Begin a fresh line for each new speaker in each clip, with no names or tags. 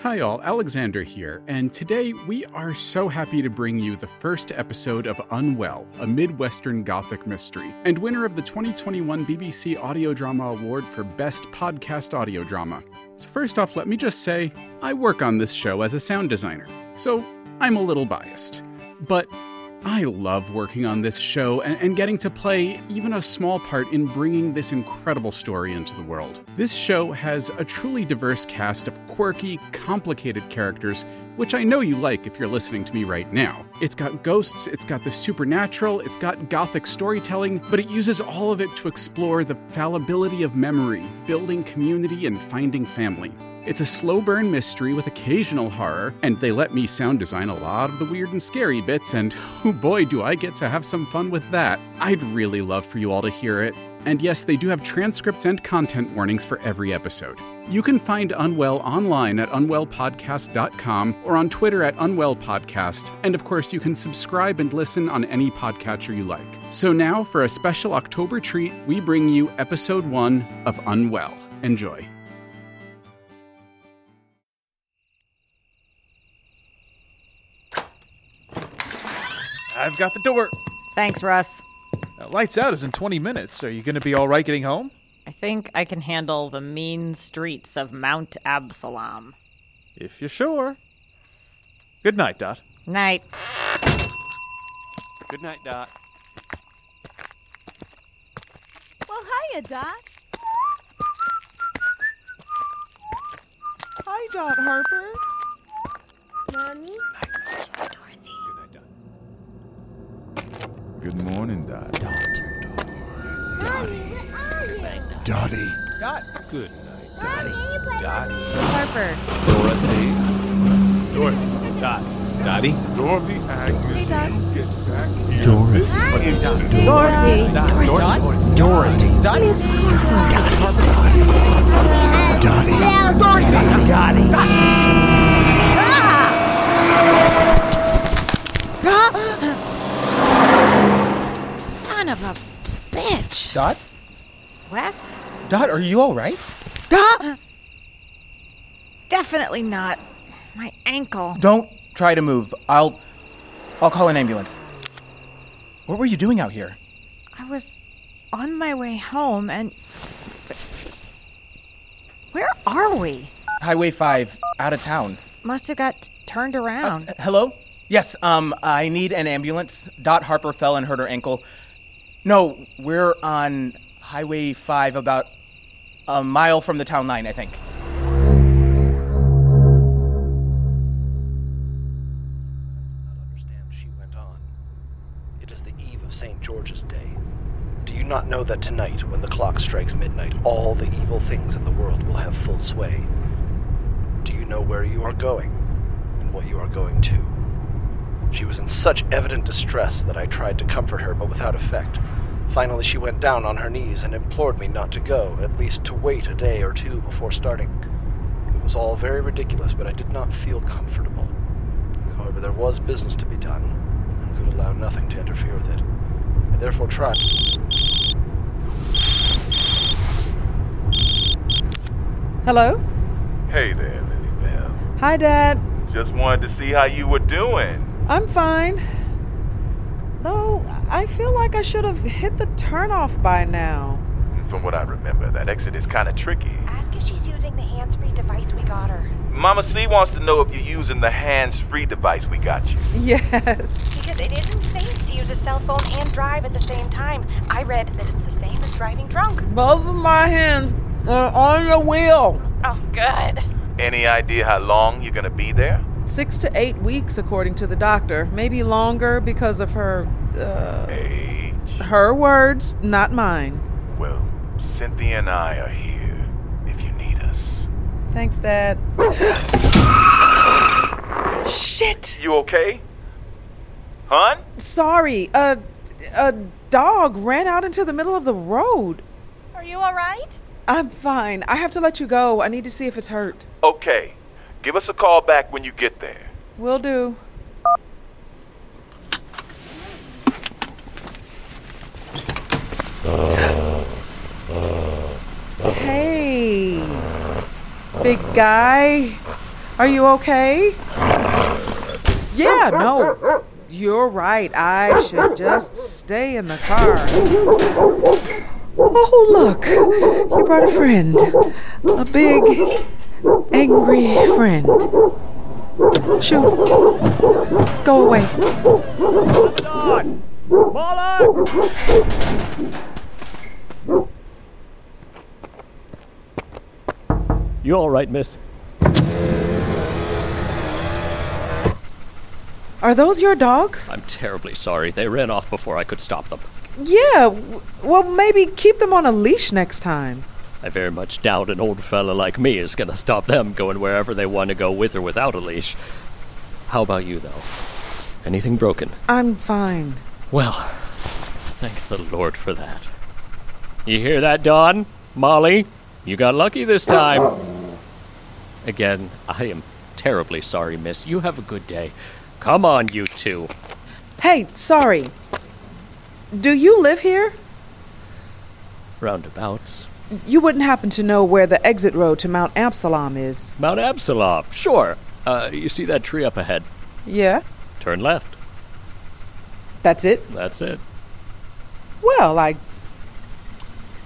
Hi, all. Alexander here, and today we are so happy to bring you the first episode of Unwell, a Midwestern Gothic mystery, and winner of the 2021 BBC Audio Drama Award for Best Podcast Audio Drama. So, first off, let me just say I work on this show as a sound designer, so I'm a little biased. But I love working on this show and, and getting to play even a small part in bringing this incredible story into the world. This show has a truly diverse cast of quirky, complicated characters, which I know you like if you're listening to me right now. It's got ghosts, it's got the supernatural, it's got gothic storytelling, but it uses all of it to explore the fallibility of memory, building community, and finding family. It's a slow burn mystery with occasional horror, and they let me sound design a lot of the weird and scary bits, and oh boy, do I get to have some fun with that. I'd really love for you all to hear it. And yes, they do have transcripts and content warnings for every episode. You can find Unwell online at unwellpodcast.com or on Twitter at unwellpodcast. And of course, you can subscribe and listen on any podcatcher you like. So now, for a special October treat, we bring you episode one of Unwell. Enjoy.
I've got the door.
Thanks, Russ.
Uh, lights out is in 20 minutes. Are you going to be all right getting home?
I think I can handle the mean streets of Mount Absalom.
If you're sure. Good night, Dot.
Night.
Good night, Dot.
Well, hiya, Dot.
Hi, Dot Harper.
Mommy?
Good night, Dot.
Good morning, Dot.
Mommy, where are you?
Dottie.
Dot. Good night.
Mommy, can you play with me?
Harper.
Dorothy.
Dorothy.
Dot. Dottie.
Dorothy Agnes.
Hey, Dot.
Get back here.
Doris.
Dorothy.
Dot. Dot.
Dorothy.
Dot.
Dottie.
Son of a bitch.
Dot.
Wes?
Dot, are you all right?
Definitely not. My ankle.
Don't try to move. I'll I'll call an ambulance. What were you doing out here?
I was on my way home and. Where are we?
Highway 5 out of town.
Must have got turned around.
Uh, hello? Yes, um I need an ambulance. Dot Harper fell and hurt her ankle. No, we're on Highway 5 about a mile from the town line, I think.
not understand, she went on. It is the eve of St. George's Day. Do you not know that tonight, when the clock strikes midnight, all the evil things in the world will have full sway? Do you know where you are going and what you are going to? She was in such evident distress that I tried to comfort her, but without effect. Finally, she went down on her knees and implored me not to go, at least to wait a day or two before starting. It was all very ridiculous, but I did not feel comfortable. However, there was business to be done, and could allow nothing to interfere with it. I therefore tried.
Hello?
Hey there, Lily Bell.
Hi, Dad.
Just wanted to see how you were doing.
I'm fine. Though, I feel like I should have hit the turnoff by now.
From what I remember, that exit is kind of tricky.
Ask if she's using the hands free device we got her.
Mama C wants to know if you're using the hands-free device we got you.
Yes.
Because it isn't safe to use a cell phone and drive at the same time. I read that it's the same as driving drunk.
Both of my hands are on the wheel.
Oh, good.
Any idea how long you're gonna be there?
Six to eight weeks, according to the doctor. Maybe longer because of her. Uh,
Age.
her words, not mine.
Well, Cynthia and I are here if you need us.
Thanks, Dad. Shit!
You okay? Hun?
Sorry, a, a dog ran out into the middle of the road.
Are you alright?
I'm fine. I have to let you go. I need to see if it's hurt.
Okay. Give us a call back when you get there.
Will do. Hey, big guy. Are you okay? Yeah, no. You're right. I should just stay in the car. Oh, look. You brought a friend. A big, angry friend. Shoot. Go away.
You all right, miss?
Are those your dogs?
I'm terribly sorry. They ran off before I could stop them.
Yeah. w- Well, maybe keep them on a leash next time.
I very much doubt an old fella like me is gonna stop them going wherever they want to go with or without a leash. How about you, though? Anything broken?
I'm fine.
Well, thank the Lord for that. You hear that, Don? Molly? You got lucky this time. Again, I am terribly sorry, miss. You have a good day. Come on, you two.
Hey, sorry. Do you live here?
Roundabouts.
You wouldn't happen to know where the exit road to Mount Absalom is.
Mount Absalom, sure. Uh, you see that tree up ahead?
Yeah,
Turn left.
that's it.
That's it.
Well, I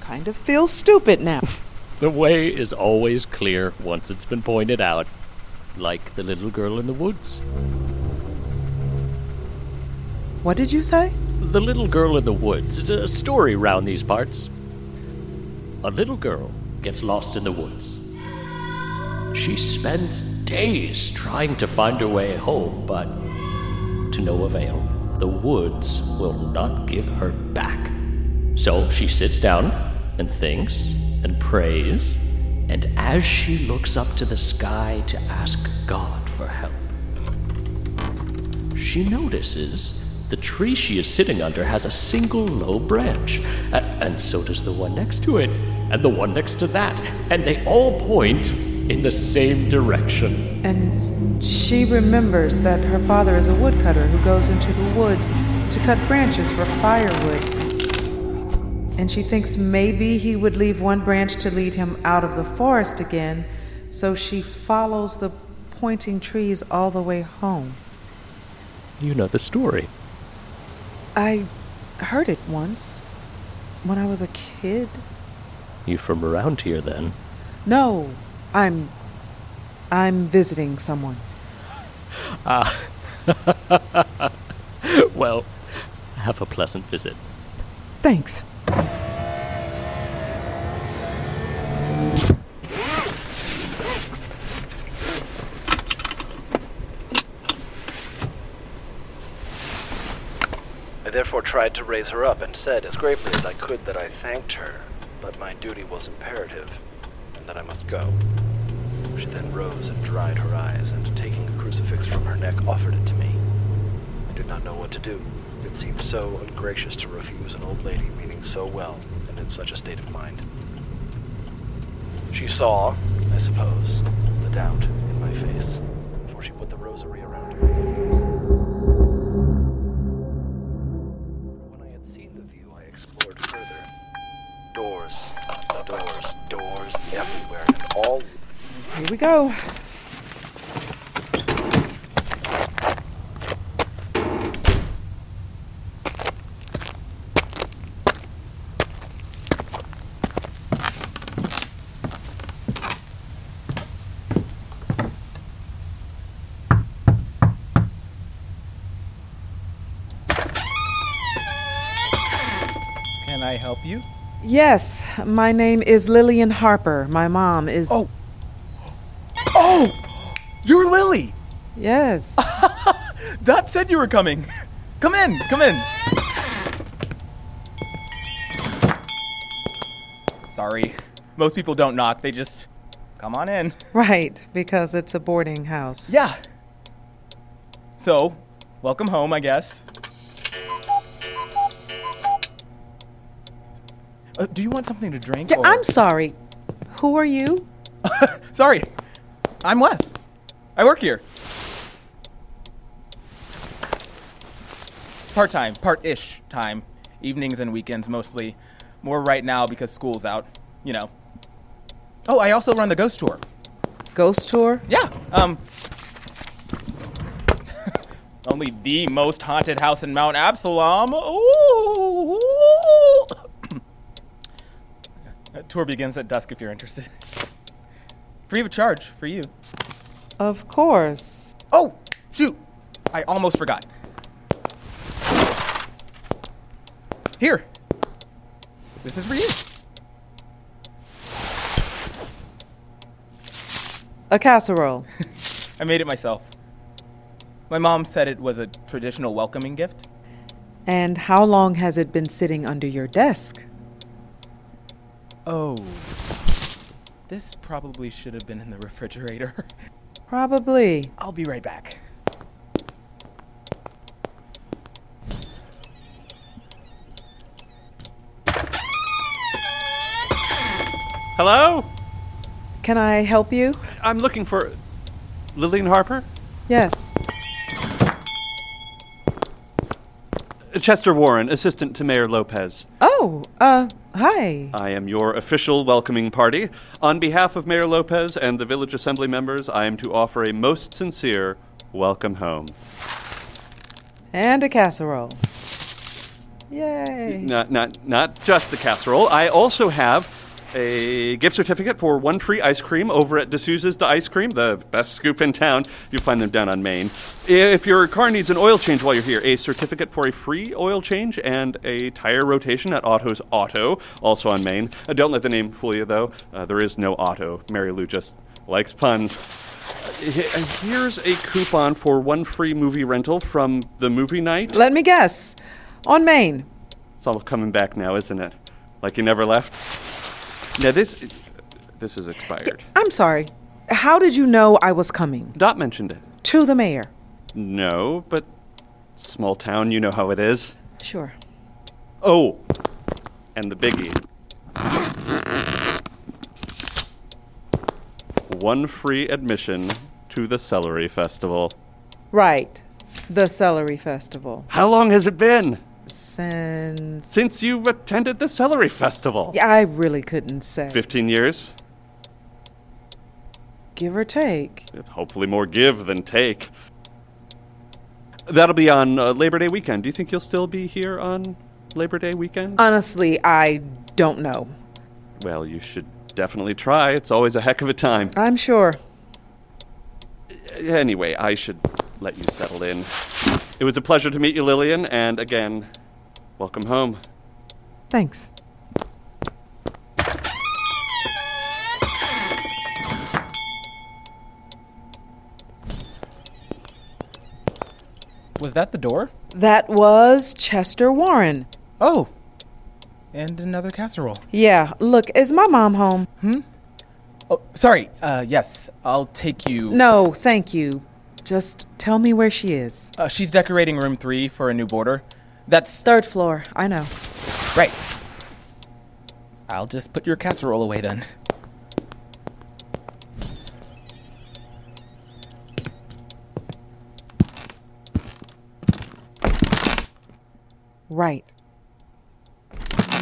kind of feel stupid now.
The way is always clear once it's been pointed out, like the little girl in the woods.
what did you say?
The Little Girl in the Woods. It's a story round these parts. A little girl gets lost in the woods. She spends days trying to find her way home, but to no avail. The woods will not give her back. So she sits down and thinks and prays, and as she looks up to the sky to ask God for help, she notices the tree she is sitting under has a single low branch, a- and so does the one next to it, and the one next to that, and they all point in the same direction.
And she remembers that her father is a woodcutter who goes into the woods to cut branches for firewood. And she thinks maybe he would leave one branch to lead him out of the forest again, so she follows the pointing trees all the way home.
You know the story.
I heard it once when I was a kid.
You from around here then?
No, I'm. I'm visiting someone.
Ah. well, have a pleasant visit.
Thanks.
I therefore tried to raise her up and said as gravely as I could that I thanked her, but my duty was imperative, and that I must go. She then rose and dried her eyes, and taking a crucifix from her neck, offered it to me. I did not know what to do. It seemed so ungracious to refuse an old lady meaning so well and in such a state of mind. She saw, I suppose, the doubt in my face, for she put the rosary around her. When I had seen the view, I explored further. Doors, doors, doors everywhere, and all
Here we go.
Can I help you?
Yes, my name is Lillian Harper. My mom is. Oh!
Oh! You're Lily!
Yes.
Dot said you were coming. Come in, come in. Sorry. Most people don't knock, they just come on in.
right, because it's a boarding house.
Yeah. So, welcome home, I guess. Uh, do you want something to drink?
Yeah,
or-
I'm sorry. Who are you?
Sorry. I'm Wes. I work here. Part time, part ish time. Evenings and weekends mostly. More right now because school's out, you know. Oh, I also run the ghost tour.
Ghost tour?
Yeah. Um. only the most haunted house in Mount Absalom. Ooh. That tour begins at dusk if you're interested. Free of charge for you.
Of course.
Oh, shoot. I almost forgot. Here. This is for you.
A casserole.
I made it myself. My mom said it was a traditional welcoming gift.
And how long has it been sitting under your desk?
Oh. This probably should have been in the refrigerator.
Probably.
I'll be right back.
Hello?
Can I help you?
I'm looking for Lillian Harper?
Yes.
Chester Warren, assistant to Mayor Lopez.
Oh, uh, hi.
I am your official welcoming party. On behalf of Mayor Lopez and the village assembly members, I am to offer a most sincere welcome home.
And a casserole. Yay.
Not, not, not just the casserole. I also have a gift certificate for One Tree Ice Cream over at D'Souza's The Ice Cream, the best scoop in town. You'll find them down on Main. If your car needs an oil change while you're here, a certificate for a free oil change and a tire rotation at Auto's Auto, also on Main. Uh, don't let the name fool you, though. Uh, there is no Auto. Mary Lou just likes puns. He- uh, Here's a coupon for one free movie rental from the movie night.
Let me guess. On Maine.
It's all coming back now, isn't it? Like you never left. Now this, this is expired.
I'm sorry. How did you know I was coming?
Dot mentioned it.
To the mayor.
No, but small town, you know how it is.
Sure.
Oh, and the biggie. One free admission to the Celery Festival.
Right. The Celery Festival.
How long has it been
Since.
since you attended the Celery Festival?
Yeah, I really couldn't say.
15 years?
Give or take.
Hopefully, more give than take. That'll be on uh, Labor Day weekend. Do you think you'll still be here on Labor Day weekend?
Honestly, I don't know.
well, you should definitely try. It's always a heck of a time.
I'm sure.
Anyway, I should let you settle in. It was a pleasure to meet you, Lillian, and again, welcome home.
Thanks.
Was that the door?
That was Chester Warren.
Oh. And another casserole.
Yeah, look, is my mom home? Hmm?
Oh, sorry. Uh, yes, I'll take you.
No, thank you. Just tell me where she is.
Uh, she's decorating room three for a new border. That's
Third floor, I know.
right. I'll just put your casserole away then.
Right.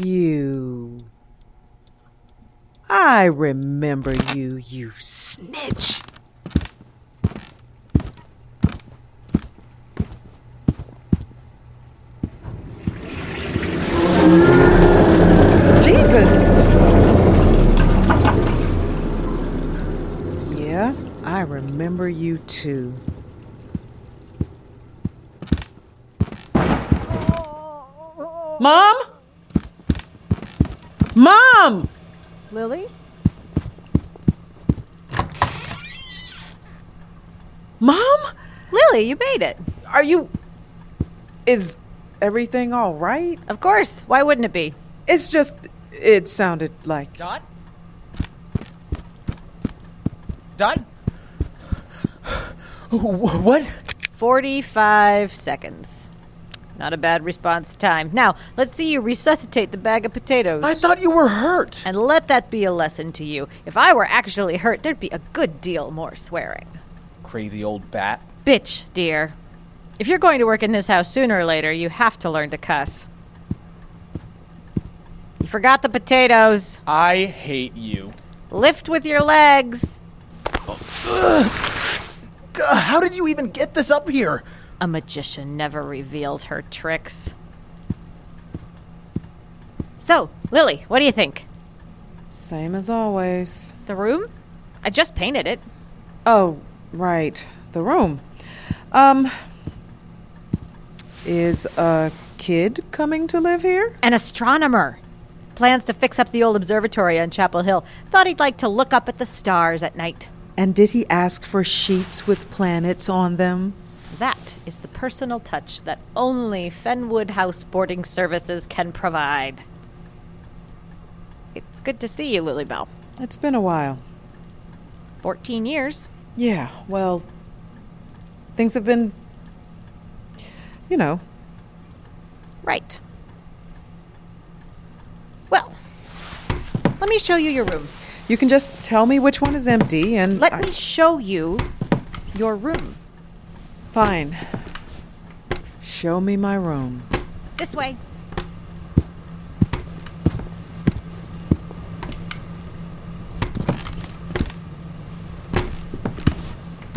You. I remember you, you snitch. Jesus! Yeah, I remember you too. Mom? Mom!
Lily?
Mom?
Lily, you made it.
Are you. Is everything all right?
Of course. Why wouldn't it be?
It's just. It sounded like.
Dot? Dot? Wh- What?
45 seconds. Not a bad response time. Now, let's see you resuscitate the bag of potatoes.
I thought you were hurt.
And let that be a lesson to you. If I were actually hurt, there'd be a good deal more swearing.
Crazy old bat.
Bitch, dear. If you're going to work in this house sooner or later, you have to learn to cuss. You forgot the potatoes.
I hate you.
Lift with your legs.
How did you even get this up here?
A magician never reveals her tricks. So, Lily, what do you think?
Same as always.
The room? I just painted it.
Oh, right. The room. Um, is a kid coming to live here?
An astronomer. Plans to fix up the old observatory on Chapel Hill. Thought he'd like to look up at the stars at night.
And did he ask for sheets with planets on them?
That is the personal touch that only Fenwood House Boarding Services can provide. It's good to see you, Lily Bell.
It's been a while.
14 years.
Yeah, well, things have been, you know,
Right. Well, let me show you your room.
you can just tell me which one is empty and
Let
I-
me show you your room.
Fine. Show me my room.
This way.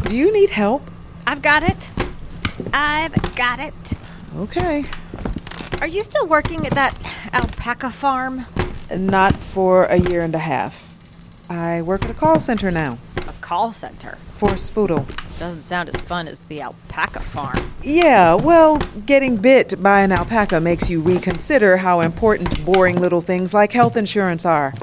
Do you need help?
I've got it. I've got it.
Okay.
Are you still working at that alpaca farm?
Not for a year and a half. I work at a call center now
A call center.
for Spoodle.
Doesn't sound as fun as the alpaca farm.
Yeah, well, getting bit by an alpaca makes you reconsider how important boring little things like health insurance are.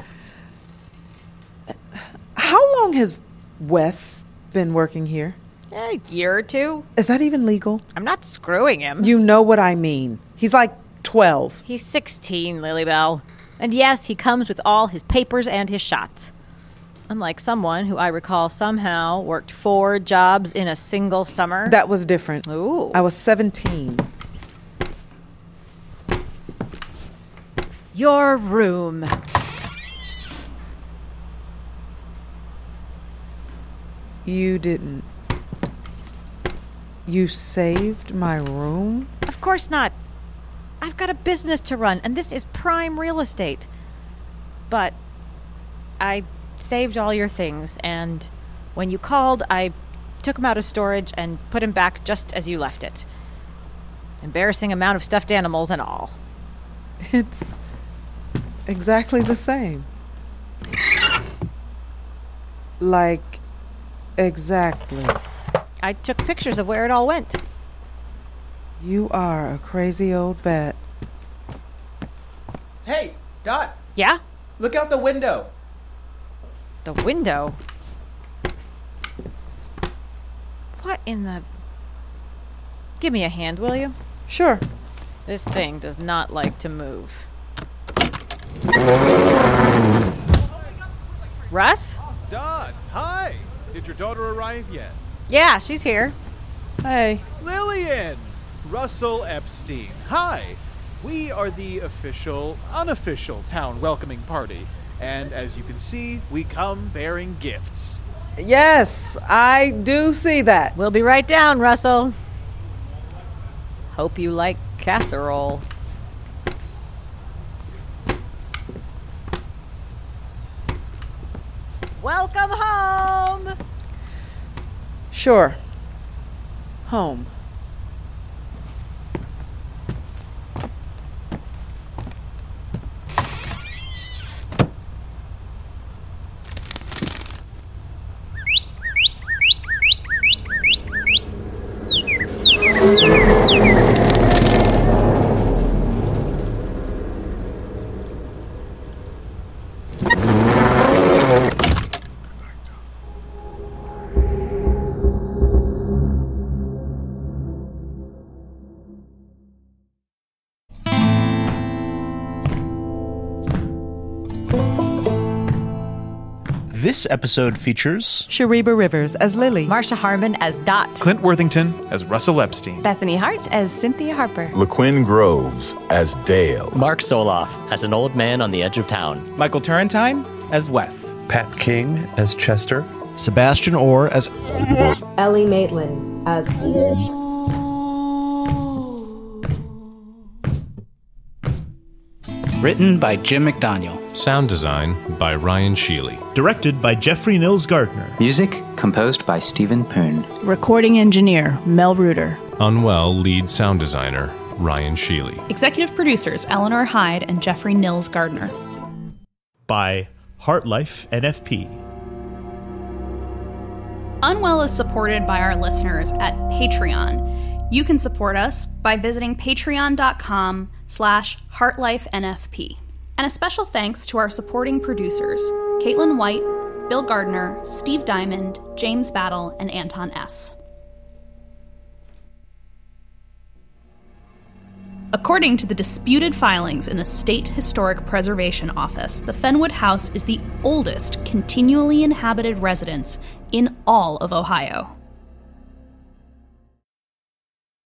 How long has Wes been working here?
A year or two?
Is that even legal?
I'm not screwing him.
You know what I mean. He's like 12.
He's 16, Lilybell. And yes, he comes with all his papers and his shots. Unlike someone who I recall somehow worked four jobs in a single summer.
That was different.
Ooh.
I was 17.
Your room.
You didn't. You saved my room?
Of course not. I've got a business to run, and this is prime real estate. But I saved all your things, and when you called, I took them out of storage and put them back just as you left it. Embarrassing amount of stuffed animals and all.
It's exactly the same. Like, exactly.
I took pictures of where it all went.
You are a crazy old bat.
Hey, Dot,
Yeah?
look out the window.
The window. What in the. Give me a hand, will you?
Sure.
This thing does not like to move. Russ?
Dot, hi. Did your daughter arrive yet?
Yeah, she's here.
Hey.
Lillian! Russell Epstein. Hi. We are the official, unofficial town welcoming party. And as you can see, we come bearing gifts.
Yes, I do see that.
We'll be right down, Russell. Hope you like casserole. Welcome home!
Sure. Home.
This episode features
Shariba Rivers as Lily.
Marsha Harmon as Dot.
Clint Worthington as Russell Epstein.
Bethany Hart as Cynthia Harper.
LaQuinn Groves as Dale. Mark Soloff as an old man on the edge of town.
Michael Turrentine as Wes.
Pat King as Chester, Sebastian Orr as
Ellie Maitland as
Written by Jim McDaniel.
Sound design by Ryan Sheely.
Directed by Jeffrey Nils Gardner.
Music composed by Stephen Poon.
Recording engineer Mel Reuter.
Unwell lead sound designer Ryan Sheely.
Executive producers Eleanor Hyde and Jeffrey Nils Gardner.
By Heartlife NFP.
Unwell is supported by our listeners at Patreon. You can support us by visiting patreon.com slash heartlifenfp. And a special thanks to our supporting producers, Caitlin White, Bill Gardner, Steve Diamond, James Battle, and Anton S. According to the disputed filings in the State Historic Preservation Office, the Fenwood House is the oldest continually inhabited residence in all of Ohio.